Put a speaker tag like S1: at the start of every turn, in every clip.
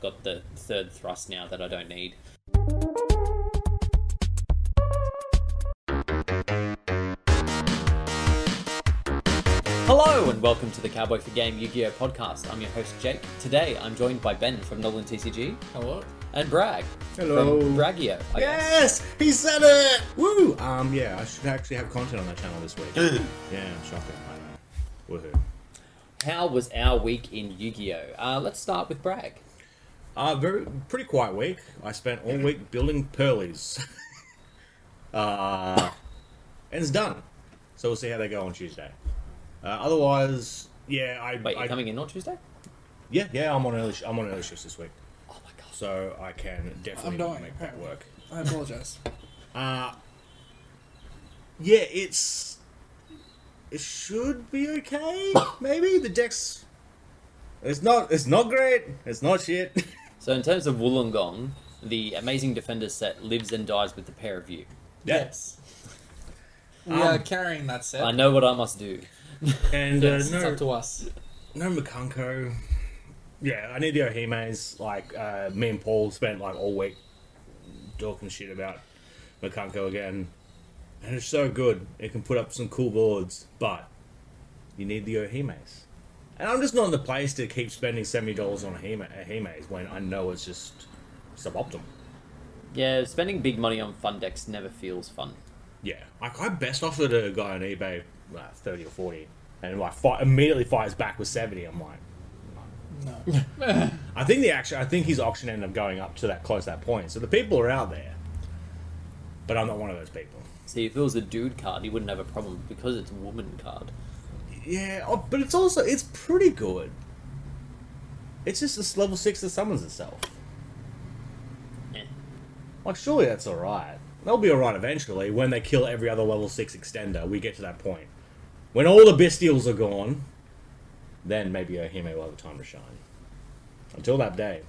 S1: got the third thrust now that I don't need. Hello and welcome to the Cowboy for Game Yu-Gi-Oh podcast. I'm your host Jake. Today I'm joined by Ben from Nolan TCG
S2: Hello.
S1: and Bragg
S2: Hello.
S1: from Braggio. I guess.
S2: Yes, he said it.
S3: Woo! Um, yeah, I should actually have content on that channel this week. yeah, I'm shocked. I know. Woohoo.
S1: How was our week in Yu-Gi-Oh? Uh, let's start with Bragg.
S3: Uh, very pretty quiet week. I spent all week building pearlies. uh, and it's done. So we'll see how they go on Tuesday. Uh, otherwise, yeah, I,
S1: Wait,
S3: I
S1: you're coming in on Tuesday?
S3: yeah, yeah, I'm on early. sh- I'm on early shifts this week,
S1: Oh my gosh.
S3: so I can definitely
S2: dying.
S3: make that work.
S2: I apologize.
S3: Yeah, it's it should be okay. Maybe the deck's it's not it's not great. It's not shit.
S1: So in terms of Wollongong, the Amazing Defender set lives and dies with the pair of you.
S2: Yes. We
S3: Um,
S2: are carrying that set.
S1: I know what I must do.
S3: And
S2: Yes,
S3: uh,
S2: it's
S3: no,
S2: up to us.
S3: no Makanko. Yeah, I need the Ohimes. Like uh, me and Paul spent like all week talking shit about Makanko again, and it's so good. It can put up some cool boards, but you need the Ohimes. And I'm just not in the place to keep spending seventy dollars on Ohime- Ohimes when I know it's just suboptimal.
S1: Yeah, spending big money on fun decks never feels fun.
S3: Yeah, like I best offered a guy on eBay like thirty or forty, and like fi- immediately fires back with seventy. I'm like,
S2: No.
S3: I think the action. I think his auction ended up going up to that close to that point. So the people are out there, but I'm not one of those people.
S1: See, if it was a dude card, he wouldn't have a problem because it's a woman card.
S3: Yeah, oh, but it's also it's pretty good. It's just this level six that summons itself.
S1: Eh.
S3: Like surely that's all right. They'll be all right eventually when they kill every other level six extender. We get to that point when all the bestials are gone. Then maybe Ohime will have a time to shine. Until that day,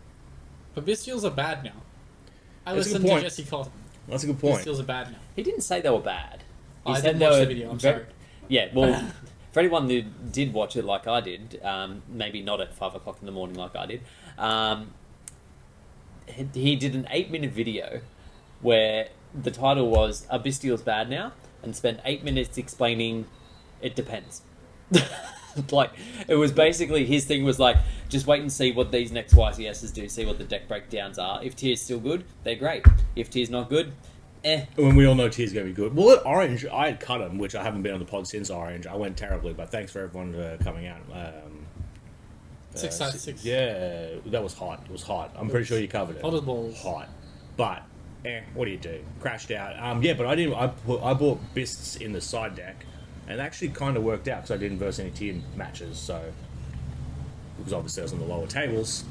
S2: But Bestials are bad now. I
S3: That's a
S2: listened
S3: good
S2: to
S3: point.
S2: Jesse Colton.
S3: that's a good point.
S2: Bestials are bad now.
S1: He didn't say they were bad. He
S2: I
S1: said
S2: didn't
S1: they
S2: watch the
S1: were
S2: video, I'm
S1: ve-
S2: sorry.
S1: Yeah, well, for anyone who did watch it like I did, um, maybe not at five o'clock in the morning like I did, um, he, he did an eight-minute video where the title was "Are Bestials Bad Now?" and spent eight minutes explaining it depends. like it was basically his thing was like just wait and see what these next YCSs do, see what the deck breakdowns are. If tier's still good, they're great. If tier's not good, eh,
S3: When we all know T's going to be good. Well, at Orange, I had cut him, which I haven't been on the pod since Orange. I went terribly, but thanks for everyone uh, coming out. Um,
S2: Six
S3: uh,
S2: out of
S3: si-
S2: six.
S3: Yeah, that was hot. It was hot. I'm pretty sure you covered it.
S2: Hot as balls.
S3: Hot. But, eh, what do you do? Crashed out. Um, yeah, but I didn't. I, put, I bought Bists in the side deck, and it actually kind of worked out because I didn't verse any tier matches, so. Because obviously I was on the lower tables.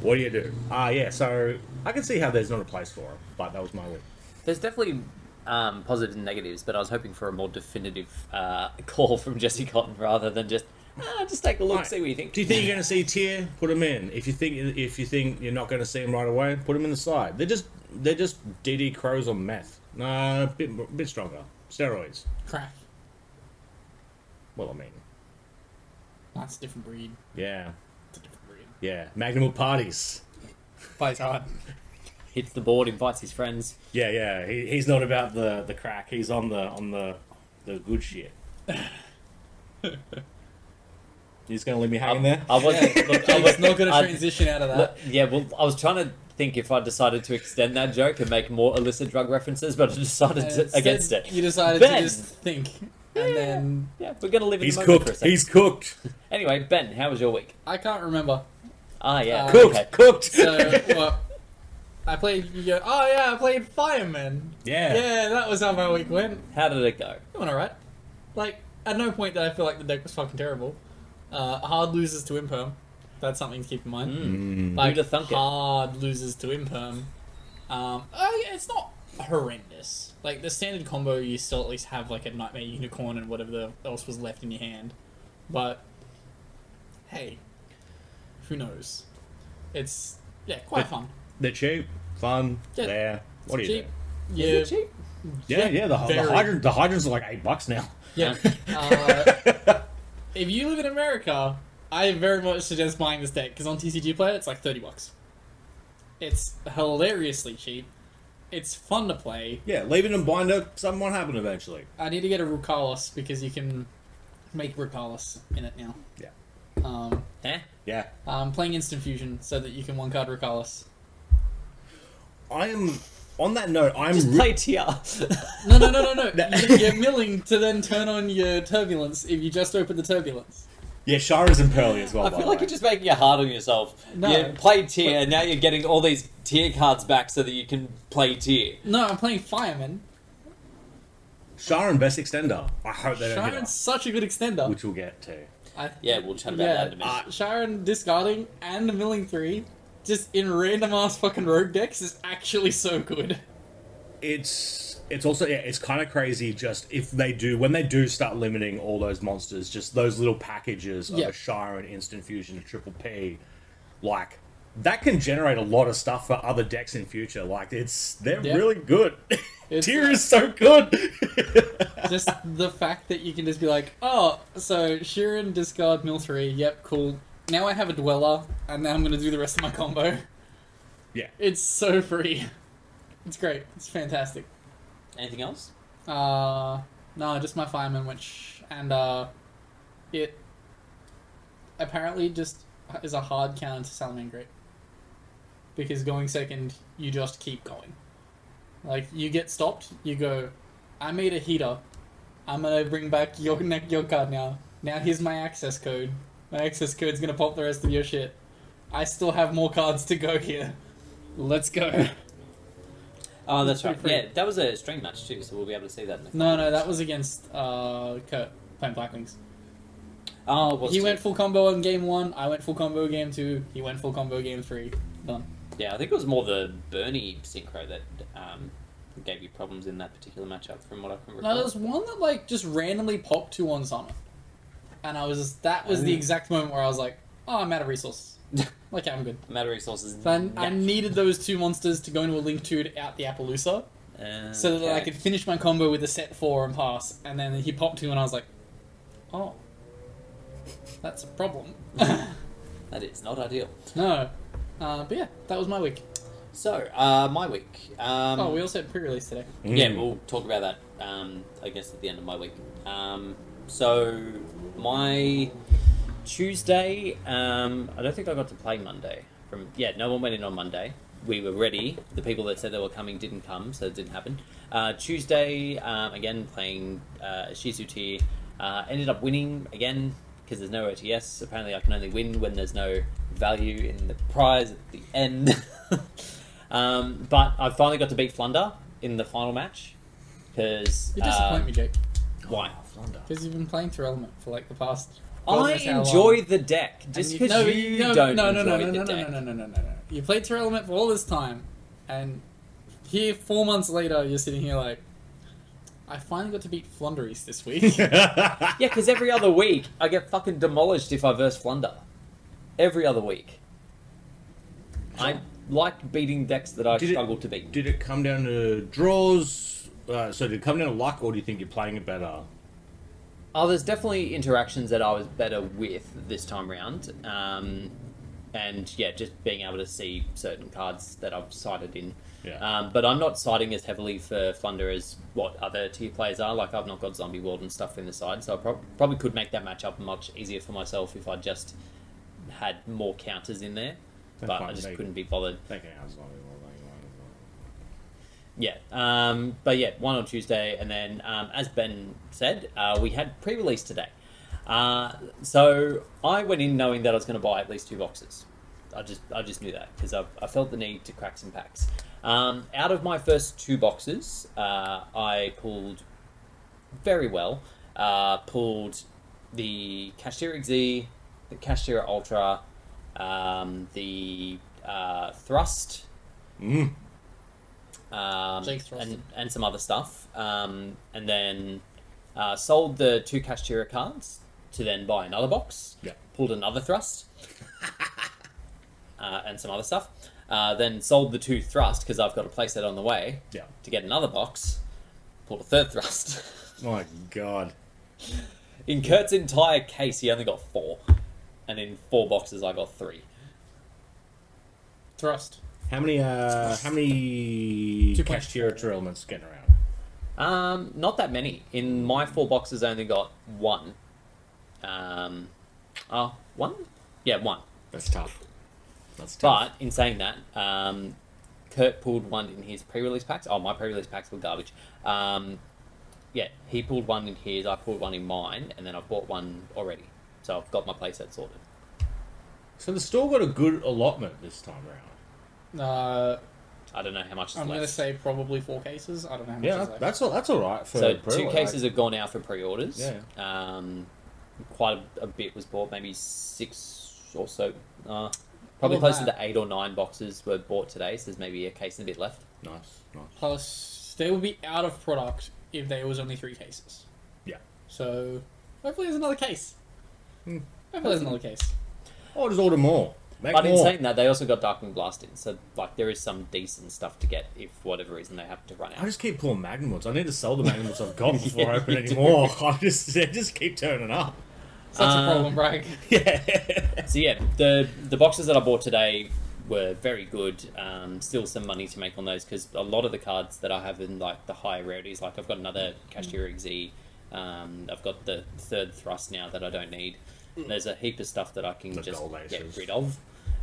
S3: What do you do? Ah, yeah, so I can see how there's not a place for it, but that was my week.
S1: There's definitely um, positives and negatives, but I was hoping for a more definitive uh, call from Jesse Cotton rather than just ah, just take a look,
S3: Right.
S1: see what you think.
S3: Do you think you're going to see Tier? Put them in. If you think if you think you're not going to see them right away, put them in the side. They're just they're just DD crows on meth. Nah, a bit a bit stronger. Steroids.
S2: Crack.
S3: Well, I mean,
S2: That's a different breed.
S3: yeah,
S2: It's a different breed.
S3: yeah. Magnum parties.
S2: Plays hard.
S1: Hits the board, invites his friends.
S3: Yeah, yeah. He, he's not about the the crack. He's on the on the the good shit. he's going to leave me hanging there.
S1: I wasn't. look, I was
S2: It's not going to
S1: I-
S2: transition out of that.
S1: look, yeah, well, I was trying to think if I decided to extend that joke and make more illicit drug references, but I decided
S2: And
S1: to-
S2: instead,
S1: against it.
S2: You decided
S1: Ben!
S2: to just think. And then
S1: Yeah, we're gonna live in
S3: He's
S1: the moment for a
S3: cooked.
S1: second.
S3: He's cooked.
S1: Anyway, Ben, how was your week?
S2: I can't remember.
S1: Ah, yeah,
S2: Uh,
S3: Cooked.
S1: okay.
S3: Cooked.
S2: So what? I played. Yu-Gi-Oh! Oh yeah, I played Fireman.
S3: yeah.
S2: Yeah, that was how my week went.
S1: How did it go?
S2: It went alright. Like, at no point did I feel like the deck was fucking terrible. Uh, hard loses to Imperm. That's something to keep in mind.
S3: Mm.
S2: Like,
S1: Who'da Mm. thunk it?
S2: hard loses to Imperm. Um, uh, yeah, it's not horrendous. Like, the standard combo, you still at least have, like, a Nightmare Unicorn and whatever the- else was left in your hand. But, hey, who knows? It's, yeah, quite
S3: But-
S2: fun.
S3: They're cheap, fun.
S2: Yeah.
S3: There. What do you
S2: Cheap.
S3: do?
S2: Yeah,
S1: Is it cheap?
S3: Yeah, yeah. The, the
S2: very.
S3: hydrants, the hydrants are like eight bucks now.
S2: Yeah. uh, if you live in America, I very much suggest buying this deck because on TCG Player it's like thirty bucks. It's hilariously cheap. It's fun to play.
S3: Yeah, leave it in binder. Something will happen eventually.
S2: I need to get a Rukalis because you can make Rukalis in it now.
S3: Yeah.
S2: Um,
S1: Eh?
S3: Yeah.
S2: I'm playing Instant Fusion so that you can one card Rukalis.
S3: I am. On that note, I'm.
S1: Just
S3: re-
S1: play TR.
S2: No, no, no, no, no. You- You're milling to then turn on your turbulence if you just open the turbulence.
S3: yeah, Shara's in Pearly as well.
S1: I
S3: by
S1: feel
S3: the
S1: like
S3: way.
S1: you're just making it hard on yourself.
S2: No.
S1: You play tier, and now you're getting all these tier cards back so that you can play tier.
S2: No, I'm playing Fireman.
S3: Sharon best extender. I hope they don't hit
S2: Sharon's
S3: us,
S2: such a good extender.
S3: which we'll get to.
S2: I,
S1: Yeah, we'll chat about that in a minute.
S2: uh, Sharon discarding and milling three, just in random ass fucking rogue decks is actually so good.
S3: It's it's also yeah, it's kind of crazy. Just if they do when they do start limiting all those monsters, just those little packages of
S2: Yeah.
S3: a Sharon instant fusion, a triple P, like that can generate a lot of stuff for other decks in future. Like it's they're
S2: Yeah.
S3: really good.
S2: It's-
S3: Tier is so good.
S2: just the fact that you can just be like, oh, so Sharon discard mill three. Yep, cool. Now I have a dweller, and now I'm gonna do the rest of my combo.
S3: yeah,
S2: It's so free. It's great. It's fantastic.
S1: Anything else?
S2: Uh, no, just my fireman, which and uh, it apparently just is a hard counter to Salamangreat because going second, you just keep going. Like you get stopped, you go. I made a heater. I'm gonna bring back your neck your card now. Now here's my access code. My access code's gonna pop the rest of your shit. I still have more cards to go here. Let's go.
S1: Oh, that's
S2: Feel
S1: right.
S2: free. Mm.
S1: Yeah, that was a stream match too, so we'll be able to see that. In a couple
S2: No, no,
S1: of
S2: that
S1: minutes.
S2: was against uh, Kurt playing Blackwings.
S1: Oh, it was
S2: he
S1: too.
S2: went full combo on game one. I went full combo game two. He went full combo game three. Done.
S1: Yeah, I think it was more the Bernie synchro that um, gave you problems in that particular matchup, from what I can recall.
S2: Now there's one that like just randomly popped two on summon, and I was just, that was the
S1: Oh.
S2: exact moment where I was like, oh, I'm out of resources. okay, I'm good.
S1: Matter resources.
S2: So I, I needed those two monsters to go into a link two to out the Appaloosa,
S1: Uh,
S2: so that I
S1: okay.
S2: could finish my combo with a set four and pass. And then he popped two, and I was like, oh, that's a problem.
S1: That is not ideal.
S2: no, uh, but yeah, that was my week.
S1: So, uh, my week. Um,
S2: oh, we also had pre-release today.
S1: Yeah,
S3: Mm.
S1: we'll talk about that, um, I guess, at the end of my week. Um, so, my Tuesday, um, I don't think I got to play Monday. From Yeah, no one went in on Monday. We were ready. The people that said they were coming didn't come, so it didn't happen. Uh, Tuesday, um, again, playing uh, Shizu tier. Uh, ended up winning again because there's no OTS. Apparently, I can only win when there's no value in the prize at the end. um, but I finally got to beat Flunder in the final match because
S2: You disappoint me, Jake.
S1: Why?
S3: Flounder.
S2: Because you've been playing through Element for like the past. God
S1: I
S2: knows how
S1: enjoy
S2: long.
S1: the deck just
S2: And
S1: because
S2: no,
S1: you,
S2: no,
S1: don't
S2: No, no,
S1: enjoy
S2: no, no,
S1: the
S2: no, no,
S1: deck.
S2: no, no, no, no, no, no. You played through Element for all this time, and here four months later, you're sitting here like, I finally got to beat Flunderies this week.
S1: Yeah, because every other week I get fucking demolished if I verse Flunder. Every other week. I like beating decks that I
S3: Did it-
S1: struggle to beat.
S3: Did it come down to draws? Uh, so did it come down to luck, or do you think you're playing it better?
S1: Oh, there's definitely interactions that I was better with this time round. Um, and yeah, just being able to see certain cards that I've sided in.
S3: Yeah.
S1: Um, but I'm not siding as heavily for Flunder as what other tier players are. Like, I've not got Zombie World and stuff in the side, so I prob- probably could make that matchup much easier for myself if I just had more counters in there.
S3: That's
S1: but
S3: fine,
S1: I just
S3: mate.
S1: couldn't be bothered.
S3: Thinking hours long, long, long, long,
S1: Yeah, um, but yeah, one on Tuesday, and then um, as Ben said, uh, we had pre-release today. Uh, so I went in knowing that I was going to buy at least two boxes. I just I just knew that because I, I felt the need to crack some packs. Um, out of my first two boxes, uh, I pulled very well. Uh, pulled the Kashtira Z, the Kashtira Ultra, um, the uh, Thrust,
S3: long. Mm.
S1: um,
S2: Jake Throston.
S1: and, and some other stuff. Um, and then uh, sold the two Kashtira cards to then buy another box.
S3: Yeah.
S1: Pulled another thrust uh, and some other stuff. Uh, then sold the two thrust because I've got a playset on the way
S3: Yeah.
S1: to get another box. Pulled a third thrust.
S3: Oh My God.
S1: In Kurt's entire case, he only got four. and in four boxes I got three.
S2: Thrust.
S3: How many uh how many
S2: Two point
S3: cashier
S2: four.
S3: elements getting around?
S1: Um, not that many. In my four boxes, I only got one. Um, oh, one? Yeah, one.
S4: That's tough. That's tough.
S1: But in saying that, um, Kurt pulled one in his pre-release packs. Oh, my pre-release packs were garbage. Um, yeah, he pulled one in his. I pulled one in mine, and then I bought one already. So I've got my playset sorted.
S3: So the store got a good allotment this time around.
S2: Uh,
S1: I don't know how much is
S2: I'm
S1: left.
S2: gonna say probably four cases. I don't know how much
S3: Yeah,
S2: is left.
S3: that's all. That's all right for
S1: so
S3: pre-
S1: two
S3: like-
S1: cases have gone out for pre-orders.
S3: Yeah.
S1: Um, quite a, a bit was bought. Maybe six or so. Uh, probably
S2: Well,
S1: closer
S2: that-
S1: to eight or nine boxes were bought today. So there's maybe a case and a bit left.
S3: Nice, nice.
S2: Plus, they would be out of product if there was only three cases.
S3: Yeah.
S2: So hopefully there's another case.
S3: Hmm.
S2: Hopefully there's another case.
S3: Oh, just order more. Make
S1: But in
S3: more.
S1: saying that, they also got Darkwing Blast in, so like there is some decent stuff to get if for whatever reason they happen to run
S3: I
S1: out.
S3: just keep pulling Magnums. I need to sell the Magnums I've got before I
S1: Yeah,
S3: open
S1: you
S3: any
S1: do.
S3: more. I just they just keep turning up.
S2: Such
S1: Um,
S2: a problem, Bragg.
S3: Yeah.
S1: So yeah, the the boxes that I bought today were very good. Um, still some money to make on those because a lot of the cards that I have in like the high rarities, like I've got another Cashier Z, um, I've got the third thrust now that I don't need.
S3: Mm.
S1: There's a heap of stuff that I can
S3: The
S1: just
S3: gold
S1: get
S3: aces.
S1: rid of.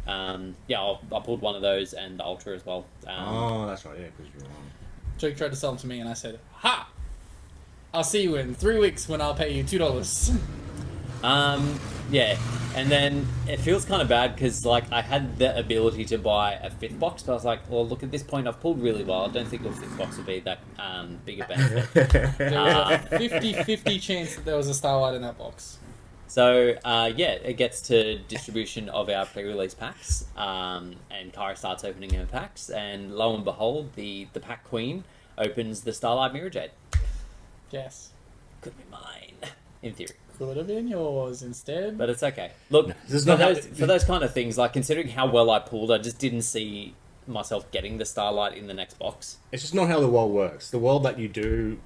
S1: Um, yeah, I'll, I pulled one of those and Ultra as well. Um,
S3: oh, that's right. Yeah, because you're wrong.
S2: Jake tried to sell them to me, and I said, "Ha! I'll see you in three weeks when I'll pay you two dollars."
S1: Um, yeah, and then it feels kind of bad because like I had the ability to buy a fifth box, but I was like, well, look at this point, I've pulled really well. I don't think the fifth box will be that um, big a benefit.
S2: There
S1: Ah.
S2: was a 50-50 chance that there was a Starlight in that box.
S1: so uh, yeah, it gets to distribution of our pre-release packs, um, and Kara starts opening her packs, and lo and behold, the the pack queen opens the Starlight Mirror Jade.
S2: Yes.
S1: Could be mine, in theory.
S2: Could have been yours instead.
S1: But it's okay. Look,
S3: this is
S1: for,
S3: not how-
S1: those, for those kind of things, like considering how well I pulled, I just didn't see myself getting the starlight in the next box.
S3: It's just not how the world works. The world that you do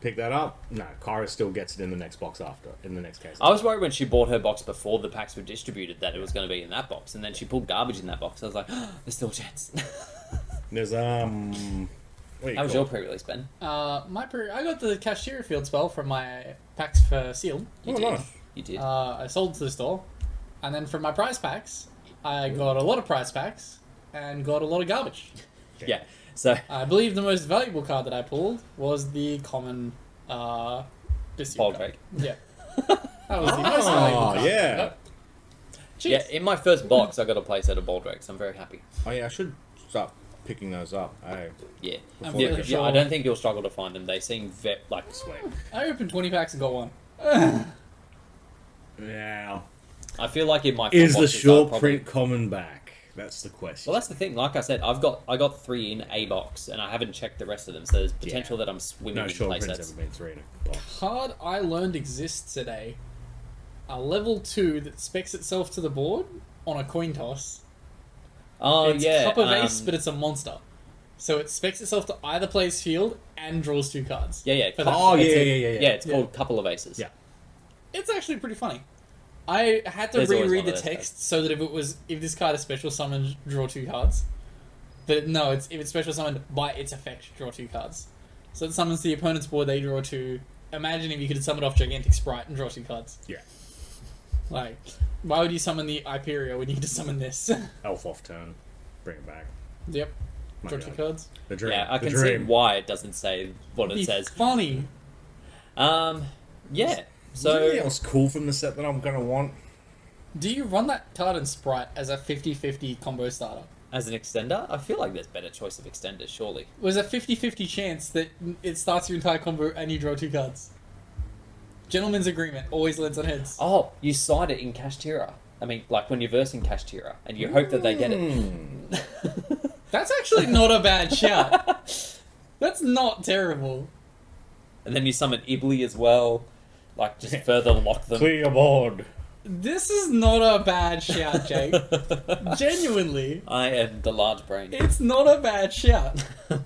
S3: pick that up, no, Kyra still gets it in the next box after, in the next case.
S1: I was worried when she bought her box before the packs were distributed that it was going to be in that box, and then she pulled garbage in that box. I was like, there's still a chance.
S3: There's um. What do you
S1: how was
S3: call
S1: your
S3: it?
S1: pre-release, Ben?
S2: Uh, my per- I got the cashier field spell from my packs for sealed.
S1: You
S3: Oh,
S1: did.
S3: nice.
S1: You did.
S2: Uh, I sold to the store, and then from my prize packs, I got a lot of prize packs and got a lot of garbage.
S1: yeah. So
S2: I believe the most valuable card that I pulled was the common uh, Biscuit
S1: Bald
S2: card.
S1: Drake.
S2: Yeah, that was the most valuable
S3: Oh
S2: card.
S3: yeah.
S2: Jeez.
S1: yeah, in my first box, I got a playset of Baldrakes. I'm very happy.
S3: Oh yeah. I should start picking those up. I
S1: Yeah.
S3: I'm
S1: yeah,
S2: really
S1: yeah,
S2: sure-
S1: I don't think you'll struggle to find them. They seem ve- like
S3: sweet.
S2: I opened twenty packs and got one.
S3: Now,
S1: I feel like in my four
S3: is the
S1: boxes, I
S3: short
S1: probably-
S3: print coming back? That's the question.
S1: Well, that's the thing. Like I said, I've got I got three in a box, and I haven't checked the rest of them. So there's potential that I'm swimming
S3: no
S1: in
S3: short print's
S1: playsets.
S3: ever been three in a box.
S2: Card I learned exists today. A level two that specs itself to the board on a coin toss.
S1: Oh
S2: it's
S1: yeah,
S2: cup of
S1: um,
S2: ace, but it's a monster. So it specs itself to either player's field and draws two cards.
S1: yeah, yeah.
S2: For
S1: cup-
S3: Oh,
S1: it's
S3: yeah,
S1: a-
S3: yeah, yeah, yeah.
S1: it's called couple of aces.
S3: Yeah.
S2: It's actually pretty funny. I had to
S1: There's always
S2: reread
S1: one
S2: the
S1: of those
S2: text so that if it was if this card is special summoned, draw two cards. But no, it's if it's special summoned by its effect, draw two cards. So it summons the opponent's board, they draw two. Imagine if you could summon off Gigantic Sprite and draw two cards.
S3: Yeah.
S2: Like, why would you summon the Hyperia when you need to summon this?
S3: Elf off turn. Bring it back.
S2: yep,
S3: My
S2: draw two
S3: God.
S2: cards.
S3: The dream.
S1: Yeah, I
S3: the
S1: can
S3: dream.
S1: see why it doesn't say what it
S2: Be
S1: says.
S2: funny.
S1: Um, yeah.
S3: So
S1: So
S3: anything else cool from the set that I'm gonna want?
S2: Do you run that card in Sprite as a 50-50 combo starter?
S1: as an extender, I feel like there's better choice of extenders, surely.
S2: There's a 50-50 chance that it starts your entire combo and you draw two cards. Gentleman's agreement always lands on heads.
S1: Oh, you side it in Kashtira. I mean, like when you're versing Kashtira, and you hope that they get it.
S3: Hmm.
S2: That's actually not a bad shout. That's not terrible.
S1: And then you summon Ibli as well, like just further lock them.
S3: Clear your board.
S2: This is not a bad shout, Jake. Genuinely,
S1: I am the large brain.
S2: it's not a bad shout.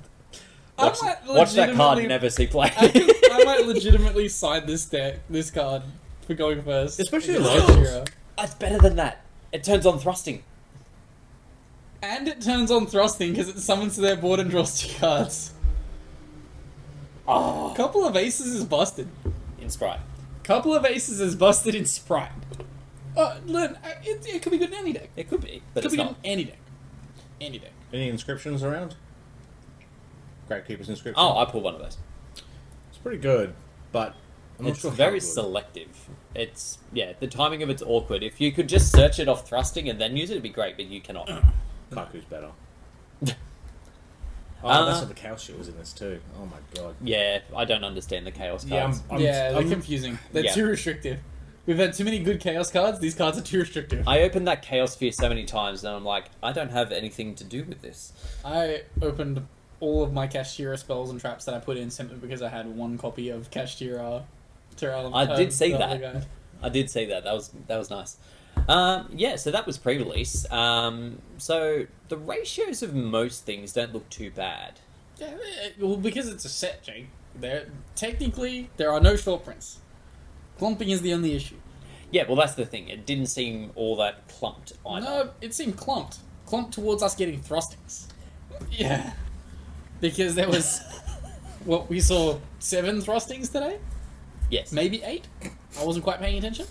S1: Watch,
S2: I might
S1: watch that card
S2: legitimately-
S1: never see play.
S2: I, think I might legitimately side this deck, this card, for going first.
S3: Especially
S2: against
S3: locals.
S2: Shira.
S1: It's better than that. It turns on thrusting.
S2: And it turns on thrusting because it summons to their board and draws two cards.
S1: Oh,
S2: Couple of aces is busted.
S1: in sprite.
S2: Couple of aces is busted in Sprite. Uh, Lynn, I- it, it could be good in any deck.
S1: It could be, but
S2: could
S1: it's
S2: be
S1: not.
S2: good in any deck. Any deck.
S3: Any inscriptions around? Great Keeper's inscription.
S1: Oh, I pulled one of those.
S3: it's pretty good, but I'm not
S1: it's
S3: sure how
S1: very
S3: good.
S1: selective. It's yeah, the timing of it's awkward. If you could just search it off thrusting and then use it, it'd be great. But you cannot.
S3: Kaku's better. oh,
S1: Uh,
S3: that's what the cow shit was in this too. Oh my god.
S1: yeah, I don't understand the chaos
S3: Yeah,
S1: cards.
S3: I'm-
S2: yeah, they're
S3: I'm-
S2: confusing. They're
S1: Yeah.
S2: too restrictive. We've had too many good chaos cards. These cards are too restrictive.
S1: I opened that chaos sphere so many times, and I'm like, I don't have anything to do with this.
S2: I opened all of my Kashtira spells and traps that I put in simply because I had one copy of Kashtira. Terra,
S1: I did see
S2: um, the other
S1: that.
S2: guy.
S1: I did see that. That was that was nice. Um, yeah, so that was pre-release. Um, so the ratios of most things don't look too bad.
S2: Yeah, eh, well, because it's a set, Jake. There, technically, there are no short prints. Clumping is the only issue.
S1: Yeah, well, that's the thing. It didn't seem all that clumped either.
S2: No, it seemed clumped. Clumped towards us getting thrustings. Yeah. Because there was, what, we saw seven thrustings today?
S1: Yes.
S2: Maybe eight? I wasn't quite paying attention.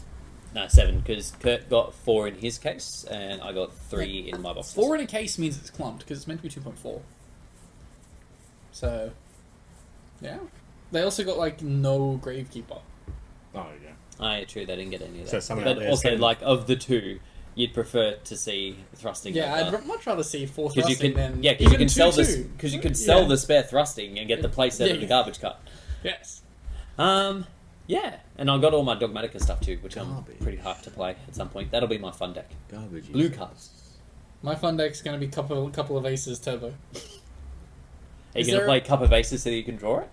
S1: No, seven, because Kurt got four in his case, and I got three in my box.
S2: Four in a case means it's clumped because it's meant to be 2.4. So, yeah. They also got like no gravekeeper.
S3: Oh yeah.
S1: I true, they didn't get any of that.
S3: So someone out
S1: but
S3: there's
S1: also,
S3: getting-
S1: like of the two, you'd prefer to see thrusting.
S2: Yeah, I'd
S1: over.
S2: r- much rather see four
S1: because
S2: thrusting
S1: you can,
S2: than
S1: yeah, because
S2: even
S1: you can
S2: two,
S1: sell this
S2: two.
S1: because you can sell
S2: Yeah.
S1: the spare thrusting and get the place out of
S2: Yeah.
S1: the garbage cart.
S2: Yes.
S1: Um, yeah, and I got all my Dogmatica stuff too, which I'm
S3: Garbage.
S1: pretty hyped to play at some point. That'll be my fun deck.
S3: Garbage.
S1: Blue cards.
S2: My fun deck's going to be couple couple of aces turbo.
S1: Are you going
S2: Is
S1: to
S2: there-
S1: play Cup of Aces so that you can draw it?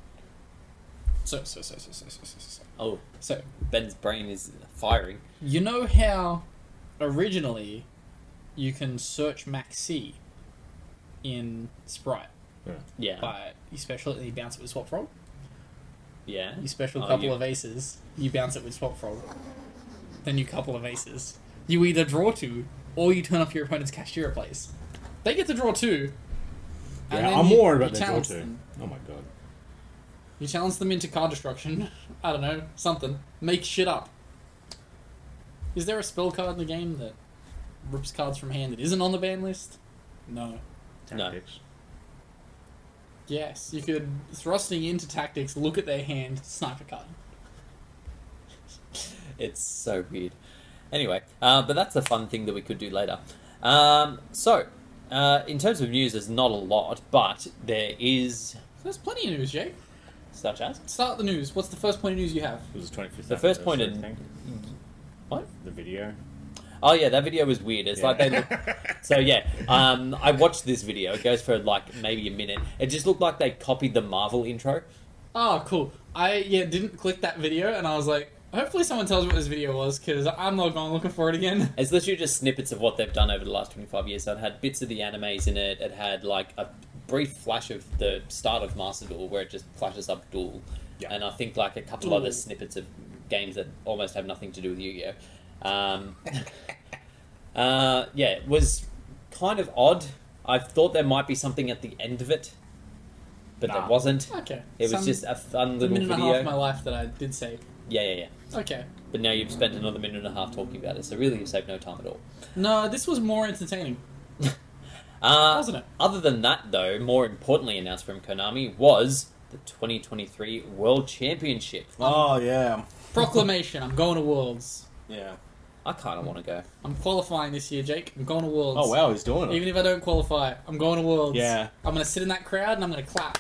S2: So so so so so so so so.
S1: Oh,
S2: So
S1: Ben's brain is firing.
S2: you know how originally you can search Maxi in Sprite
S1: Yeah,
S2: by you special you bounce it with Swap Frog.
S1: yeah.
S2: You special
S1: Oh,
S2: couple
S1: you-
S2: of aces. You bounce it with Swap Frog. Then you couple of aces. You either draw two or you turn off your opponent's cashier plays. They get to draw two. and
S3: Yeah,
S2: then
S3: I'm
S2: you-
S3: more
S2: you
S3: about the draw
S2: challenge
S3: two.
S2: them.
S3: Oh my god.
S2: You challenge them into card destruction. I don't know, something. Make shit up. Is there a spell card in the game that rips cards from hand that isn't on the ban list? No.
S1: No.
S3: Tactics.
S2: Yes, you could thrusting into tactics, look at their hand, snipe a card.
S1: It's so weird. Anyway, uh, but that's a fun thing that we could do later. Um, so, uh, in terms of news, there's not a lot, but there is
S2: There's plenty of news, Jake.
S1: such as
S2: Start the news. What's the first point of news you have?
S3: It was the 25th.
S1: The first point
S3: anniversary
S1: in-
S3: thing.
S1: what?
S3: the video.
S1: Oh yeah, that video was weird. It's like they look. So yeah, um, I watched this video. It goes for like maybe a minute. It just looked like they copied the Marvel intro.
S2: Oh, cool. I yeah didn't click that video, and I was like, hopefully someone tells me what this video was, because I'm not going looking for it again.
S1: It's literally just snippets of what they've done over the last 25 years. So it had bits of the animes in it. It had like a brief flash of the start of Master Duel where it just flashes up Duel.
S3: Yeah.
S1: And I think like a couple
S2: Duel.
S1: other snippets of games that almost have nothing to do with Yu Gi Oh! Um, uh, yeah, it was kind of odd. I thought there might be something at the end of it, but there
S3: Nah.
S1: wasn't.
S2: Okay.
S1: It was
S2: Some-
S1: just a fun
S2: a
S1: little
S2: minute and a half
S1: video.
S2: of my life that I did say.
S1: Yeah, yeah, yeah.
S2: Okay.
S1: But now you've spent another minute and a half talking about it, so really you've saved no time at all.
S2: No, this was more entertaining,
S1: Uh,
S2: wasn't it?
S1: Other than that, though, more importantly announced from Konami was the 2023 World Championship.
S3: Oh yeah.
S2: Proclamation. I'm going to Worlds.
S3: Yeah.
S1: I kind of want to go.
S2: I'm qualifying this year, Jake. I'm going to Worlds.
S3: Oh wow, he's doing it.
S2: Even if I don't qualify, I'm going to Worlds.
S3: Yeah.
S2: I'm gonna sit in that crowd and I'm gonna clap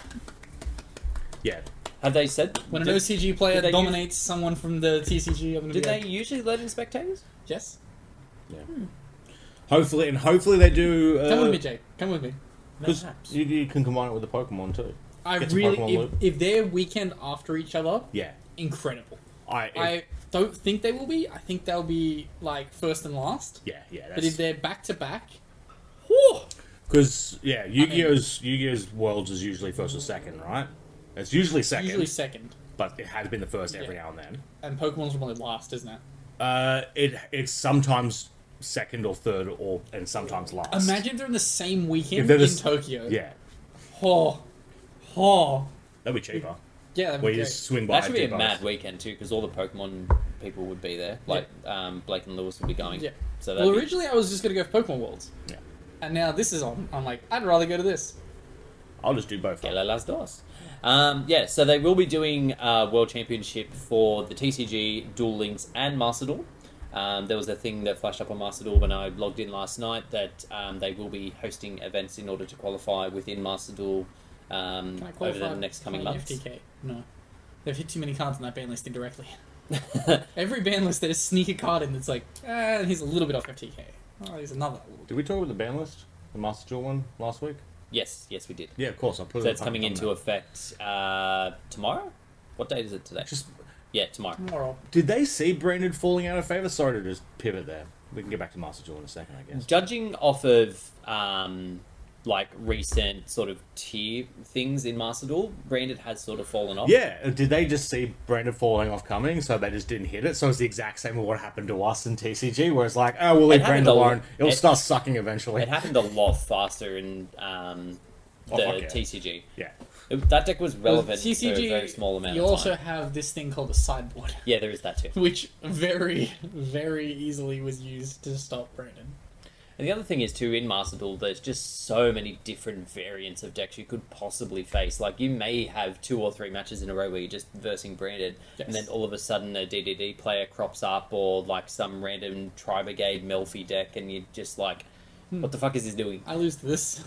S3: yeah.
S1: Have they said
S2: when an
S1: did,
S2: OCG player
S1: they use-
S2: dominates someone from the TCG. I'm gonna
S1: did
S2: be
S1: they
S2: like,
S1: usually let in spectators?
S2: yes.
S3: Hopefully, and hopefully they do.
S2: Come with
S3: Uh,
S2: me, Jake. Come with me.
S3: because
S1: Perhaps.
S3: you, you can combine it with the Pokemon too.
S2: I
S3: Get some Pokemon
S2: really, if,
S3: loot.
S2: if they're weekend after each other,
S3: Yeah.
S2: incredible.
S3: I.
S2: I don't think they will be. I think they'll be like first and last.
S3: yeah. Yeah.
S2: But if
S3: That's
S2: they're back to back, whew,
S3: because yeah, Yu-Gi-Oh's Yu-Gi-Oh's Worlds is usually first or second, right? It's usually second,
S2: usually second.
S3: but it has been the first every
S2: Yeah.
S3: now and then.
S2: And Pokemon's probably last, isn't it?
S3: Uh, it it's sometimes second or third or and sometimes last.
S2: Imagine if they're in the same
S3: If
S2: weekend
S3: they're
S2: in
S3: the s-
S2: Tokyo.
S3: Yeah,
S2: Oh. Oh.
S3: that'd be cheaper.
S2: Yeah, that'd
S3: Where
S2: be
S3: you
S2: great.
S3: just swing by.
S1: That should
S3: do
S1: be a
S3: both.
S1: mad weekend too, because all the Pokemon people would be there. Like um, Blake and Lewis would be going.
S2: Yeah.
S1: So that
S2: Well, originally I was just going to go for Pokemon Worlds.
S3: Yeah.
S2: And now this is on. I'm like, I'd rather go to this.
S3: I'll just do both.
S1: Que la las dos. Um, yeah, so they will be doing uh, World Championship for the TCG, Duel Links, and Master Duel. Um, there was a thing that flashed up on Master Duel when I logged in last night that um, they will be hosting events in order to qualify within Master Duel um,
S2: Can I qualify
S1: over the next coming
S2: my
S1: months.
S2: FTK? No. They've hit too many cards in that ban list indirectly. Every ban list, they just sneak a card in that's like, ah, he's a little bit off FTK. Oh, he's another. little bit.
S3: Did we talk about the ban list, the Master Duel one last week?
S1: Yes, yes, we did.
S3: Yeah, of course. I put
S1: So
S3: it.
S1: that's coming into effect uh, tomorrow. What date is it today?
S3: Just
S1: yeah, tomorrow.
S2: Moral.
S3: did they see Brandon falling out of favor? Sorry to just pivot there. We can get back to Master Duel in a second, I guess.
S1: judging off of um, like recent sort of tier things in Master Duel, Branded has sort of fallen off.
S3: Yeah, did they just see Brandon falling off coming, so they just didn't hit it? So it's the exact same with what happened to us in TCG, where it's like, oh, we'll leave
S1: happened
S3: Brandon
S1: a lot.
S3: alone. It'll
S1: It-
S3: start sucking eventually.
S1: it happened a lot faster in um, the
S3: Oh, fuck yeah.
S1: TCG.
S3: yeah.
S1: It- that deck was relevant
S2: Well,
S1: for a very small amount.
S2: You
S1: of time.
S2: also have this thing called a sideboard,
S1: yeah, there is that too.
S2: which very, very easily was used to stop Brandon.
S1: And the other thing is too in Master Duel, there's just so many different variants of decks you could possibly face. Like you may have two or three matches in a row where you're just versing branded,
S2: Yes.
S1: and then all of a sudden a DDD player crops up or like some random Tri Brigade Melfi deck, and you're just like, what the fuck is this doing?
S2: I lose to this.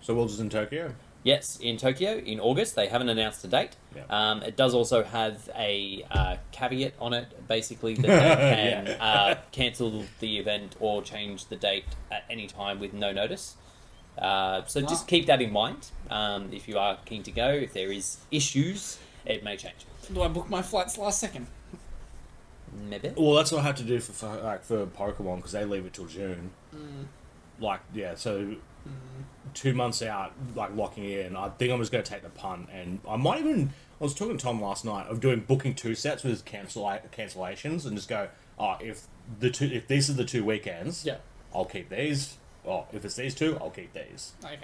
S3: So Worlds is in Tokyo.
S1: Yes, in Tokyo in August. They haven't announced a date.
S3: Yeah.
S1: Um, it does also have a uh, caveat on it, basically that they can
S3: Yeah.
S1: uh, cancel the event or change the date at any time with no notice. Uh, so just
S2: Ah.
S1: keep that in mind um, if you are keen to go. If there is issues, it may change.
S2: Do I book my flights last second?
S1: Maybe.
S3: Well, that's what I have to do for, for like for Pokemon because they leave it till June. Like yeah, so two months out, like locking in. I think I'm just going to take the punt, and I might even. I was talking to Tom last night of doing booking two sets with cancel cancellations, and just go. Oh, if the two if these are the two weekends,
S2: Yeah.
S3: I'll keep these. Oh, if it's these two, I'll keep these.
S2: Okay.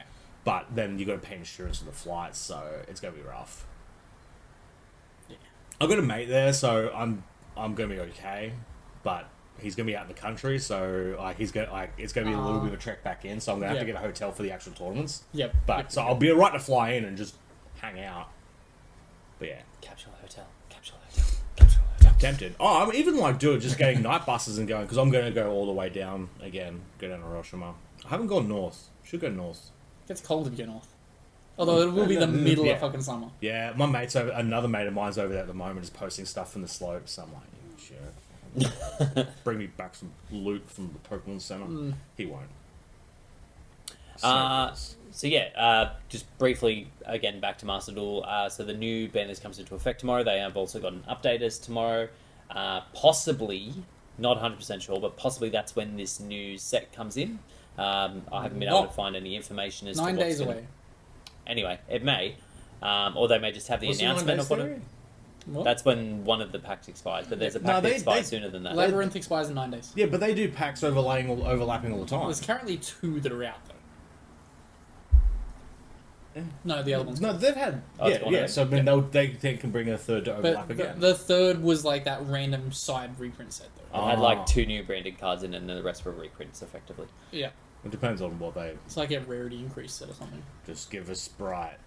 S3: But then you got to pay insurance for the flights, so it's going to be rough.
S2: Yeah.
S3: I've got a mate there, so I'm I'm gonna be okay. But he's gonna be out in the country, so like he's gonna like it's gonna be a little
S2: Ah.
S3: bit of a trek back in. So I'm gonna have to
S2: Yeah.
S3: get a hotel for the actual tournaments.
S2: Yep.
S3: But
S2: Yep.
S3: so I'll be alright to fly in and just hang out. But yeah,
S1: Capsule hotel. Capsule hotel. Capsule hotel.
S3: tempted. Oh, I'm even like doing just getting night buses and going because I'm gonna go all the way down again. Go down to Hiroshima. I haven't gone north. Should go north.
S2: It gets cold if you go north. Although it will be the
S3: Mm,
S2: middle
S3: yeah.
S2: of fucking summer.
S3: Yeah, my mate's over. Another mate of mine's over there at the moment, is posting stuff from the slopes. I'm like, you sure. Bring me back some loot from the Pokemon Center. He won't.
S1: Hmm. Uh,
S3: Snowballs.
S1: so yeah, uh, just briefly again back to Master Duel. Uh, so the new ban list comes into effect tomorrow. They have also got an update as tomorrow. Uh, possibly, not 100% sure, but possibly that's when this new set comes in. Um, I haven't been able to
S2: Not-
S1: find any information as
S2: Nine
S1: to what's
S2: days
S1: gonna-
S2: away.
S1: Anyway, it may, um, or they may just have the
S3: What's the
S1: announcement
S3: Nine
S1: of
S3: Days
S1: what. it-
S3: Theory?
S2: What?
S1: That's when one of the packs expires, but there's a pack
S3: No,
S1: that
S3: they-
S1: expires
S3: they-
S1: sooner than that.
S2: Labyrinth expires in nine days.
S3: Yeah, but they do packs overlaying all, overlapping all the time.
S2: There's currently two that are out though. No, the other one's
S3: No, they've had.
S1: Oh, it's
S3: yeah,
S1: gone
S3: yeah.
S1: already.
S3: So I mean, they'll they, they can bring a third to overlap
S2: But the,
S3: again.
S2: the third was like that random side reprint set though.
S1: It had like
S3: Ah.
S1: two new branded cards in, it, and then the rest were reprints, effectively.
S2: Yeah,
S3: It depends on what they
S2: it's like a rarity increase set or something.
S3: just give us Sprite.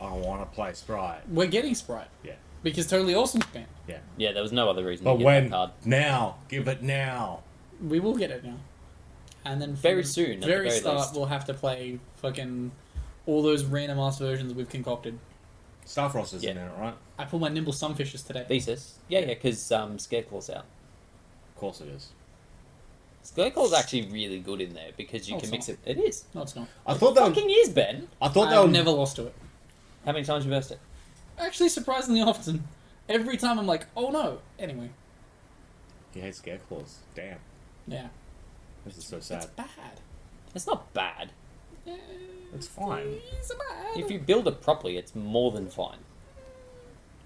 S3: I want to play Sprite.
S2: We're getting Sprite
S3: Yeah,
S2: because Totally Awesome's banned.
S3: yeah.
S1: Yeah, there was no other reason.
S3: But
S1: to get
S3: when
S1: that card.
S3: now? Give it now.
S2: We will get it now, and then from
S1: Very soon, at the
S2: very,
S1: very
S2: start,
S1: least.
S2: we'll have to play fucking all those random ass versions we've concocted.
S3: Starfrost isn't
S1: Yeah.
S3: in it, right?
S2: I pulled my nimble sunfishes today.
S1: Thesis. Yeah, yeah, because um, Scareclaw's out.
S3: Of course it is.
S1: Scareclaw's actually really good in there because you
S2: Oh,
S1: can mix
S2: it's not. Um,
S1: it. It is.
S2: no, it's not.
S3: I thought they were,
S1: Fucking is, Ben.
S3: I thought they
S2: I've
S3: were
S2: never lost to it.
S1: How many times you versed it?
S2: Actually, surprisingly often. Every time I'm like, oh no. Anyway,
S3: He hates Scareclaws. Damn,
S2: yeah,
S3: this is so sad.
S2: it's
S3: It's,
S2: bad.
S1: It's not bad.
S3: fine.
S2: He's bad.
S1: If you build it properly, it's more than fine.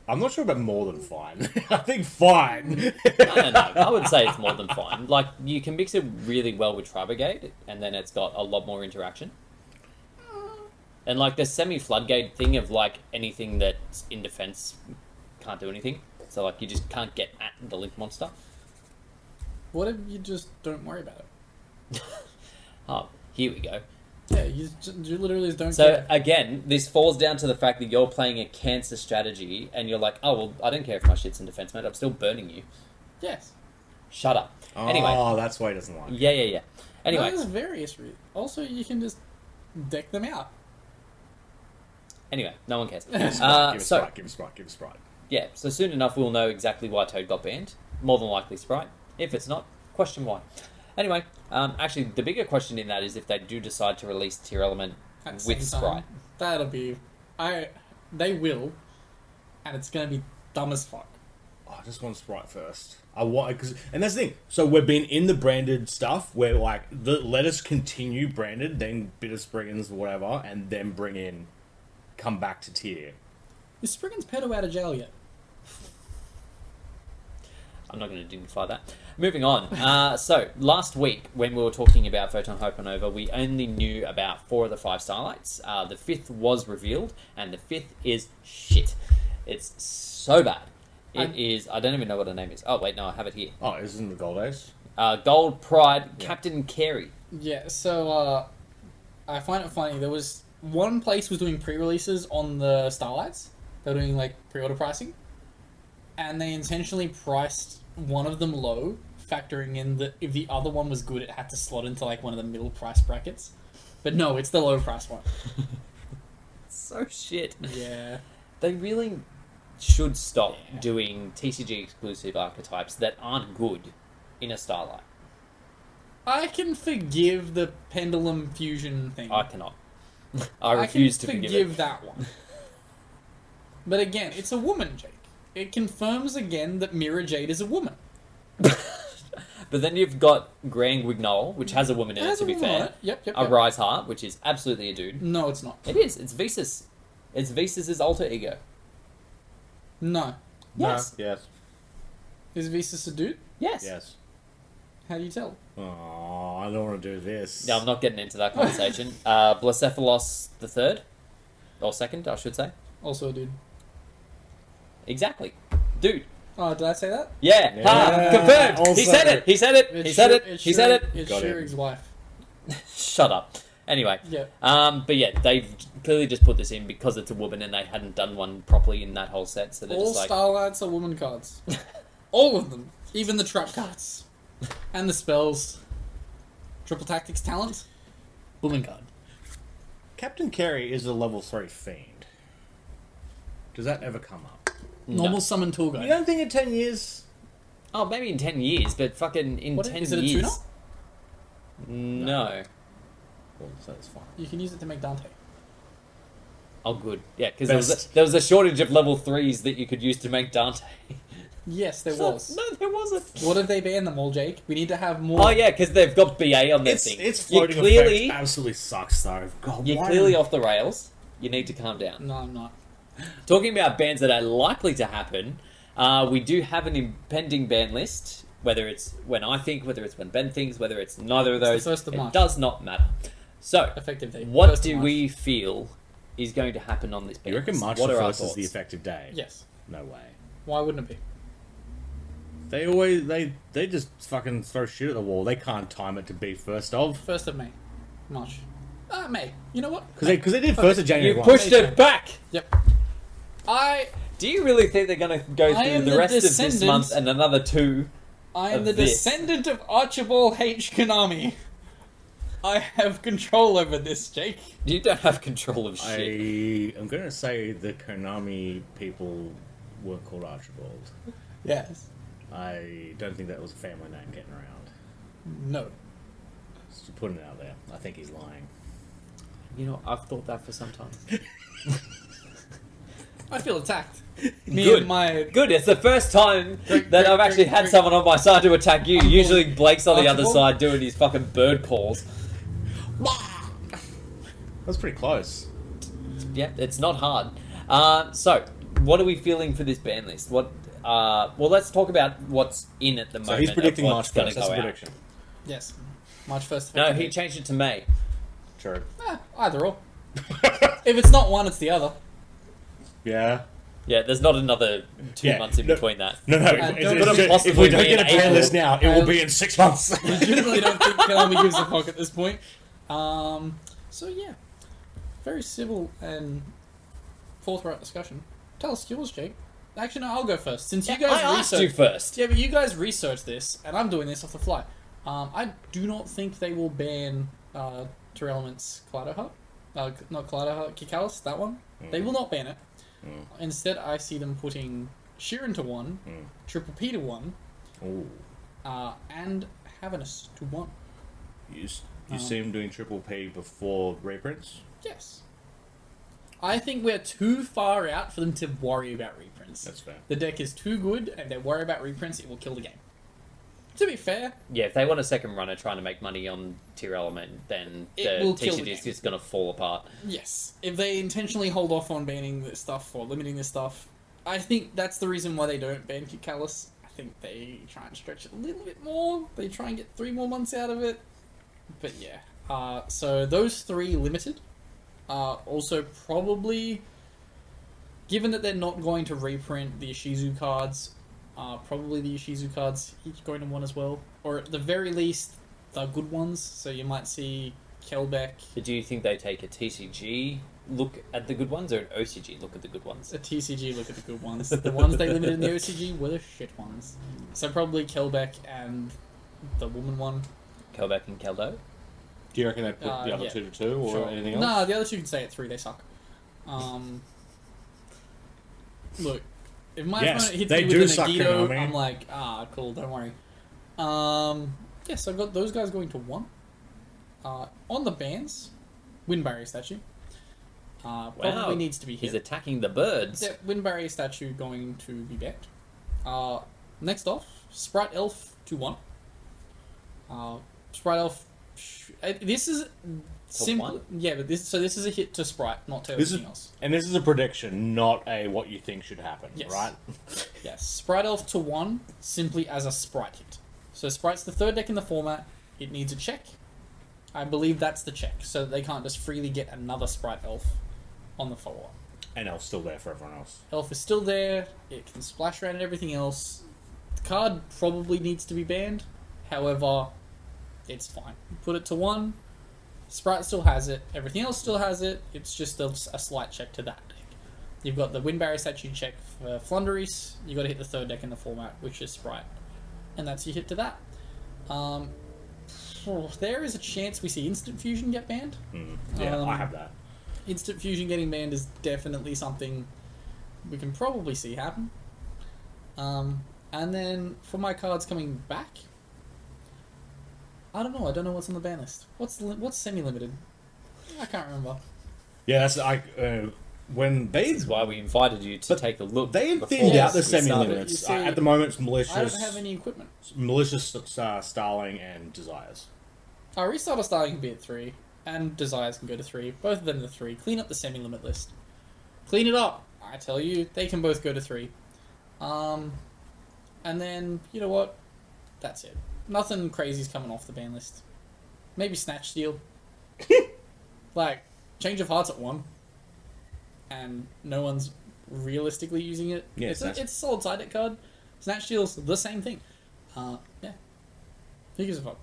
S3: I'm not sure about more than fine. I think fine.
S1: I don't know. I would say it's more than fine. Like you can mix it really well with Trabigate, and then it's got a lot more interaction. And like the semi floodgate thing of like anything that's in defense can't do anything. So like you just can't get at the link monster.
S2: What if you just don't worry about it?
S1: Oh, here we go.
S2: Yeah, you, just, you literally just don't
S1: So
S2: care.
S1: again, this falls down to the fact that you're playing a cancer strategy, and you're like, oh well, I don't care if my shit's in defense mode. I'm still burning you.
S2: Yes.
S1: Shut up. Anyway,
S3: oh, Ah. that's why he doesn't like. it.
S1: yeah, yeah, yeah. Anyway,
S2: There's various reasons. Also, you can just deck them out.
S1: anyway, no one cares.
S2: Give us
S1: Uh,
S3: give him
S1: so
S3: sprite. Give him sprite. Give him sprite.
S1: Yeah, so soon enough we'll know exactly why Toad got banned. More than likely Sprite. If it's not, question why. Anyway, um, actually, the bigger question in that is if they do decide to release Tier Element
S2: At the
S1: with
S2: same
S1: Sprite.
S2: time. That'll be. I. They will, and it's gonna be dumb as fuck.
S3: Oh, I just want Sprite first. I want because, and that's the thing. So we've been in the branded stuff where like the, let us continue branded, then bitter springs, whatever, and then bring in, come back to tier.
S2: Is Spriggan's pedo out of jail yet?
S1: I'm not going to dignify that. Moving on. Uh, so, last week when we were talking about Photon Hypernova, we only knew about four of the five starlights. Uh, the fifth was revealed, and the fifth is shit. It's so bad. It
S2: I'm-
S1: is- I don't even know what her name is. Oh, wait, no, I have it here.
S3: Oh, isn't the gold ace?
S1: Uh, Gold Pride, Captain Carey.
S2: Yeah, so uh, I find it funny. There was one place was doing pre-releases on the Starlights. They were doing like pre-order pricing, and they intentionally priced one of them low, factoring in that if the other one was good, it had to slot into like one of the middle price brackets. But no, it's the low price one.
S1: So shit.
S2: Yeah,
S1: they really should stop
S2: Yeah.
S1: doing TCG exclusive archetypes that aren't good in a Starlight.
S2: I can forgive the pendulum fusion thing.
S1: I cannot. I
S2: Mm. I
S1: refuse
S2: can
S1: to forgive, it.
S2: that one. but again, it's a woman, Jake. It confirms again that Mira Jade is a woman.
S1: But then you've got Grand Guignol, which has a woman in it,
S2: That's
S1: to be
S2: all
S1: fair.
S2: right. Yep, yep.
S1: A
S2: yep.
S1: Rise Heart, which is absolutely a dude.
S2: No, it's not.
S1: It is. It's Visus. It's Visus's alter ego.
S2: No.
S1: Yes.
S3: No, yes.
S2: Is Visa a dude?
S1: Yes.
S3: Yes.
S2: How do you tell?
S3: Oh, I don't want to do this.
S1: No, I'm not getting into that conversation. uh, Blacephalos the third, or second, I should say.
S2: Also a dude.
S1: Exactly, dude.
S2: Oh, did I say that?
S1: Yeah,
S3: Yeah.
S1: Ha! confirmed. he
S3: Also-
S1: said it. He said it. he
S2: It's
S1: said
S2: Shu-
S1: it.
S2: it's
S1: He said it.
S2: Shu- It's
S3: Got it.
S2: Shuri's wife.
S1: Shut up. Anyway.
S2: Yeah.
S1: Um, but yeah, they've clearly just put this in because it's a woman and they hadn't done one properly in that whole set, so they're
S2: All
S1: just like
S2: Starlights are woman cards. All of them. Even the trap cards. And the spells. Triple Tactics talent. Woman card.
S3: Captain Carey is a level three fiend. Does that ever come up?
S1: No.
S2: Normal summon tool guide.
S3: You don't think in ten years?
S1: Oh, maybe in ten years, but fucking in
S2: What-
S1: ten
S2: is it a
S1: years. No.
S3: Well, so it's fine.
S2: You can use it to make Dante.
S1: Oh, good. Yeah, because there, was
S3: Best.
S1: a- there was a shortage of level threes that you could use to make Dante.
S2: Yes, there was.
S1: No, there wasn't.
S2: What if they ban them all, Jake? We need to have more.
S1: Oh yeah, because they've got BA on their
S3: It's,
S1: thing.
S3: it's floating
S1: you clearly,
S3: effect absolutely sucks though. God,
S1: you're
S3: why-
S1: clearly off the rails. You need to calm down.
S2: No, I'm not.
S1: Talking about bans that are likely to happen, uh, we do have an impending ban list. Whether it's when I think, whether it's when Ben thinks, whether it's neither of
S2: the
S1: those,
S2: first of
S1: it
S2: March.
S1: does not matter. So,
S2: Effective date.
S1: what
S2: First of
S1: do
S2: March.
S1: we feel is going to happen on this ban?
S3: You reckon
S1: list?
S3: March
S1: what
S3: the
S1: are our
S3: first is
S1: thoughts?
S3: the effective day?
S2: Yes.
S3: No way.
S2: Why wouldn't it be?
S3: They always they they just fucking throw shit at the wall. They can't time it to be first of
S2: First of May. March. Ah, May. You know what?
S3: because they because they did first of January.
S1: You
S3: once.
S1: pushed it back.
S2: Yep. I
S1: Do you really think they're going to go
S2: I
S1: through
S2: am
S1: the
S2: the
S1: rest of this
S2: descendant-
S1: month and another two?
S2: I
S1: Of
S2: am the
S1: this.
S2: descendant of Archibald H. Konami. I have control over this, Jake.
S1: You don't have control of
S3: I
S1: shit.
S3: am gonna say the Konami people weren't called Archibald.
S2: Yes.
S3: I don't think that was a family name getting around.
S2: No.
S3: Just putting it out there. I think he's lying.
S1: You know, I've thought that for some time.
S2: I feel attacked. Me
S1: Good.
S2: and my
S1: Good, it's the first time that I've actually had
S2: drink.
S1: someone on my side to attack you. Usually Blake's on the other
S2: Archibald.
S1: side doing his fucking bird calls.
S3: That's pretty close.
S1: Yep, it's not hard. Uh, so, what are we feeling for this ban list? What? Uh, well, let's talk about what's in at the moment.
S5: So he's
S1: of
S5: predicting March
S1: what's gonna
S5: 1st. That's
S1: go
S5: a
S1: out.
S5: prediction.
S2: Yes. March 1st.
S1: No, he changed it to May.
S5: True.
S2: Eh, either or. if it's not one, it's the other.
S5: Yeah.
S1: Yeah, there's not another two
S5: Yeah,
S1: months in
S5: no-
S1: between that.
S5: No, no.
S2: Uh,
S5: it's-
S2: don't-
S5: it's-
S1: Could've
S5: if we
S1: possibly
S5: don't
S1: been
S5: get a ban
S1: April.
S5: list now, it will
S2: Um,
S5: be in six months.
S2: I generally don't think Konami gives a fuck at this point. Um, so yeah, very civil and forthright discussion. Tell us yours, Jake. Actually, no, I'll go first since you guys
S1: I asked
S2: researched.
S1: you first.
S2: Yeah, but you guys researched this, and I'm doing this off the fly. Um, I do not think they will ban uh, Terrell Elements Collider Hub. Uh, not Collider Hub, Kikalis, that one.
S1: Mm.
S2: They will not ban it. Instead, I see them putting Sheeran to one,
S1: Mm.
S2: Triple P to one,
S3: Ooh.
S2: uh, and Havanus to one.
S3: You, s- you see him doing triple P before reprints?
S2: Yes. I think we're too far out for them to worry about reprints.
S3: That's fair.
S2: The deck is too good, and if they worry about reprints, it will kill the game. To be fair,
S1: Yeah, if they want a second runner trying to make money on tier element, then
S2: It
S1: the
S2: will kill
S1: TCG
S2: the
S1: is
S2: game.
S1: just going to fall apart.
S2: yes. If they intentionally hold off on banning this stuff or limiting this stuff, I think that's the reason why they don't ban Kid Callus. I think they try and stretch it a little bit more. They try and get three more months out of it. But yeah. Uh, so those three limited. Uh, also, probably, given that they're not going to reprint the Ishizu cards, uh, probably the Ishizu cards each going to one as well. Or at the very least, the good ones. So you might see Kelbeck,
S1: But do you think they take a TCG look at the good ones or an OCG look at the good ones?
S2: a TCG look at the good ones. The ones they limited in the OCG were the shit ones. So probably Kelbeck and the woman one.
S1: Kelbeck and Keldo?
S5: Do you reckon they put
S2: Uh,
S5: the other
S2: yeah.
S5: two to two or anything else?
S2: Nah, the other two can stay at three. They suck. Um, look, if my
S3: Yes,
S2: opponent hits
S3: they
S2: me
S3: do
S2: with an
S3: suck,
S2: Aikido,
S3: Konami.
S2: I'm like, ah, cool, don't worry. Um, yeah, so I've got those guys going to one. Uh, on the bands, Wind Barrier Statue. Uh, probably
S1: Wow.
S2: needs to be hit.
S1: He's attacking the birds.
S2: Yeah, Wind Barrier statue going to be backed. Uh, next off, Sprite Elf to one. Uh, Sprite Elf. sh- uh, This is simple.
S1: one?
S2: Yeah, but this so this is a hit to Sprite, not to
S5: This is-
S2: anything else.
S5: And this is a prediction, not a what you think should happen,
S2: Yes.
S5: right?
S2: Yes, Sprite Elf to one simply as a Sprite hit. So Sprite's the third deck in the format. It needs a check. I believe that's the check, so that they can't just freely get another Sprite Elf on the follow up.
S5: And Elf's still there for everyone else.
S2: Elf is still there. It can splash around and everything else. The card probably needs to be banned. However, it's fine. Put it to one. Sprite still has it. Everything else still has it. It's just a, a slight check to that deck. You've got the Wind Barrier Statue check for Flunderies. You've got to hit the third deck in the format, which is Sprite. And that's your hit to that. Um, there is a chance we see Instant Fusion get banned.
S5: Hmm. Yeah,
S2: Um,
S5: I have that.
S2: Instant fusion getting banned is definitely something we can probably see happen. Um, and then for my cards coming back, I don't know. I don't know what's on the ban list. What's li- what's semi limited? I can't remember.
S5: Yeah, that's I. Uh, when they
S1: That's why we invited you to
S5: But
S1: take a look.
S5: they
S1: before
S5: thinned out the
S1: we started.
S5: semi limits.
S2: You see-
S5: At the moment, it's malicious,
S2: I don't have any equipment.
S5: malicious uh, Starling and Desires.
S2: Our restarter starting can be at three, and desires can go to three. Both of them to three. Clean up the semi limit list. Clean it up. I tell you, they can both go to three. Um, and then you know what? That's it. Nothing crazy's coming off the ban list. Maybe snatch steal. like change of hearts at one, and no one's realistically using it.
S5: Yeah,
S2: it's a,
S5: Snatch-
S2: it's a solid side deck card. Snatch steal's the same thing. Uh, yeah. Who gives a fuck?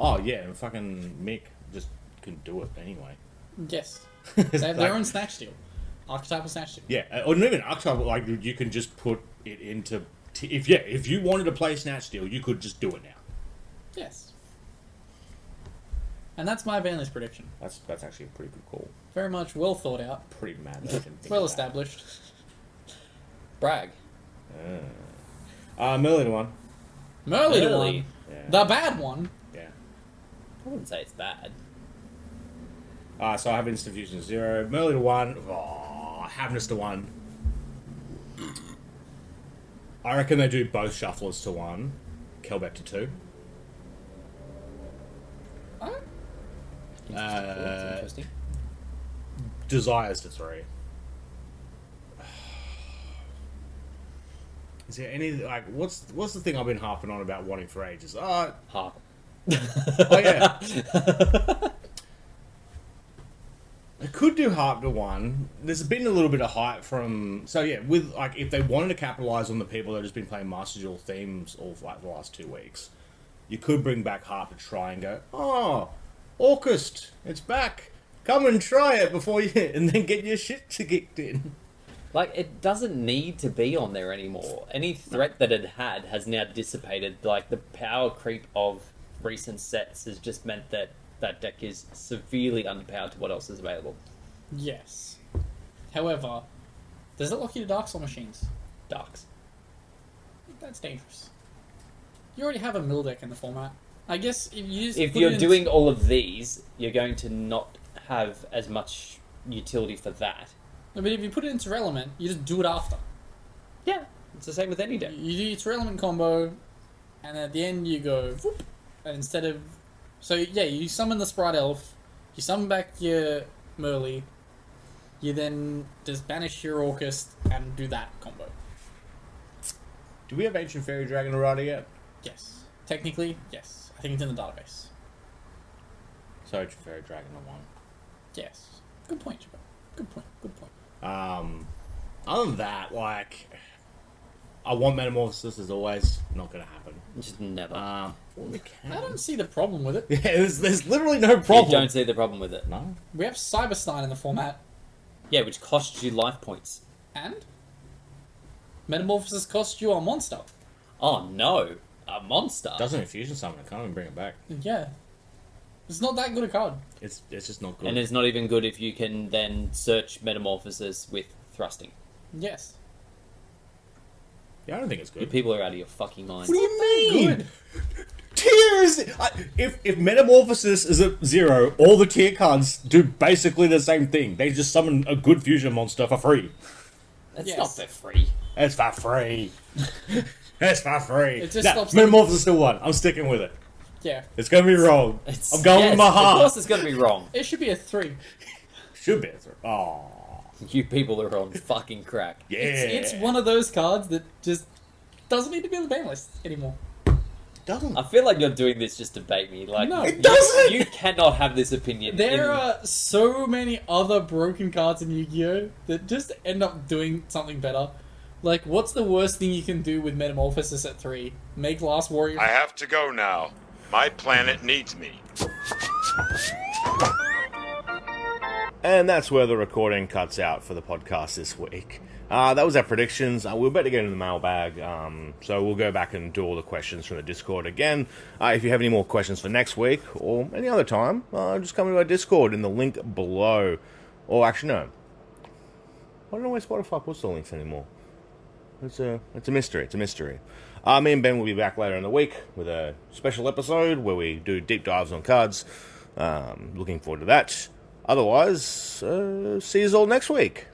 S5: Oh yeah, and fucking Mick just can do it anyway.
S2: Yes.
S5: It's
S2: They have
S5: like-
S2: their own snatch deal. Archetypal snatch deal.
S5: Yeah, uh, or not even archetype. Like you- you can just put it into t- if yeah, if you wanted to play Snatch Deal, you could just do it now.
S2: Yes. And that's my ban list prediction.
S5: That's that's actually a pretty good call.
S2: Very much well thought out,
S5: Pretty mad. That I didn't think
S2: well
S5: of that.
S2: established.
S1: Bragg.
S5: Uh, Merlin one.
S2: Merlin
S1: Merlin.
S2: one.
S5: Yeah.
S2: The bad one.
S5: yeah.
S1: I wouldn't say it's bad.
S5: Uh, so I have instant fusion to zero, Merlin to one, oh, Havness to one. I reckon they do both shufflers to one, Kelbeck to two.
S2: Huh?
S1: Interesting.
S5: Uh,
S1: interesting.
S5: Desires to three.
S3: Is there any like what's what's the thing I've been harping on about wanting for ages? Uh,
S1: Harp.
S3: oh yeah. I could do harp to one. There's been a little bit of hype from so yeah, with like if they wanted to capitalize on the people that has been playing Master Duel themes all for like the last two weeks, you could bring back harp to try and go, oh, August, it's back. Come and try it before you, and then get your shit kicked in.
S1: Like it doesn't need to be on there anymore. Any threat that it had has now dissipated. Like the power creep of recent sets has just meant that that deck is severely underpowered to what else is available.
S2: Yes. However, does it lock you to Dark Soul machines?
S1: Darks.
S2: That's dangerous. You already have a mill deck in the format. I guess if you just
S1: If
S2: put it
S1: you're
S2: in-
S1: doing all of these, you're going to not have as much utility for that.
S2: No, but if you put it into relevant, you just do it after.
S1: Yeah, it's the same with any deck.
S2: You do its relevant combo, and at the end you go whoop, and instead of so yeah, you summon the sprite elf, you summon back your Merly, you then just banish your Orcus and do that combo.
S3: Do we have Ancient Fairy Dragon Errata yet?
S2: Yes, technically yes. I think it's in the database.
S3: So Ancient Fairy Dragon on one.
S2: Yes, good point, Jabba. Good point. Good point.
S3: Um, other than that, like, I want Metamorphosis as always. Not gonna happen.
S1: Just never.
S3: Um, well, we can.
S2: I don't see the problem with it.
S3: Yeah, there's, there's literally no
S1: you
S3: problem.
S1: don't see the problem with it.
S3: No.
S2: We have Cyberstein in the format,
S1: Yeah, which costs you life points.
S2: and Metamorphosis costs you a monster.
S1: Oh no, a monster.
S3: Doesn't infusion summon. I can't even bring it back.
S2: Yeah, it's not that good a card.
S3: It's it's just not good.
S1: and it's not even good if you can then search metamorphosis with thrusting.
S2: Yes.
S3: yeah, I don't think it's
S1: You
S3: good.
S1: people are out of your fucking mind.
S3: Hmm. do you mean? Tears. I, if if Metamorphosis is at zero, all the tier cards do basically the same thing. They just summon a good fusion monster for free.
S1: That's
S2: Yes.
S1: not for free.
S3: It's for free. it's for free.
S2: It just
S3: Nah,
S2: stops-
S3: Metamorphosis still one. I'm sticking with it.
S2: Yeah.
S3: It's gonna be wrong.
S1: It's,
S3: I'm going
S1: yes,
S3: with my
S1: Of
S3: heart.
S1: course, it's going to be wrong.
S2: It should be a three.
S3: Should be a three. Oh
S1: You people are on fucking crack.
S3: yeah.
S2: It's, it's one of those cards that just doesn't need to be on the ban list anymore.
S3: doesn't.
S1: I feel like you're doing this just to bait me. Like
S2: No.
S1: you,
S2: It
S3: doesn't!
S1: You cannot have this opinion.
S2: There
S1: in-
S2: are so many other broken cards in Yu-Gi-Oh that just end up doing something better. Like, what's the worst thing you can do with Metamorphosis at three? Make Last Warrior.
S6: I have to go now. My planet needs me.
S7: And that's where the recording cuts out for the podcast this week. Uh, that was our predictions. Uh, we're about to get into the mailbag, um, so we'll go back and do all the questions from the Discord again. Uh, if you have any more questions for next week or any other time, uh, just come to our Discord in the link below. Or actually, no. I don't know where Spotify puts the links anymore. It's a it's a mystery. It's a mystery. Uh, me and Ben will be back later in the week with a special episode where we do deep dives on cards. Um, looking forward to that. Otherwise, uh, see you all next week.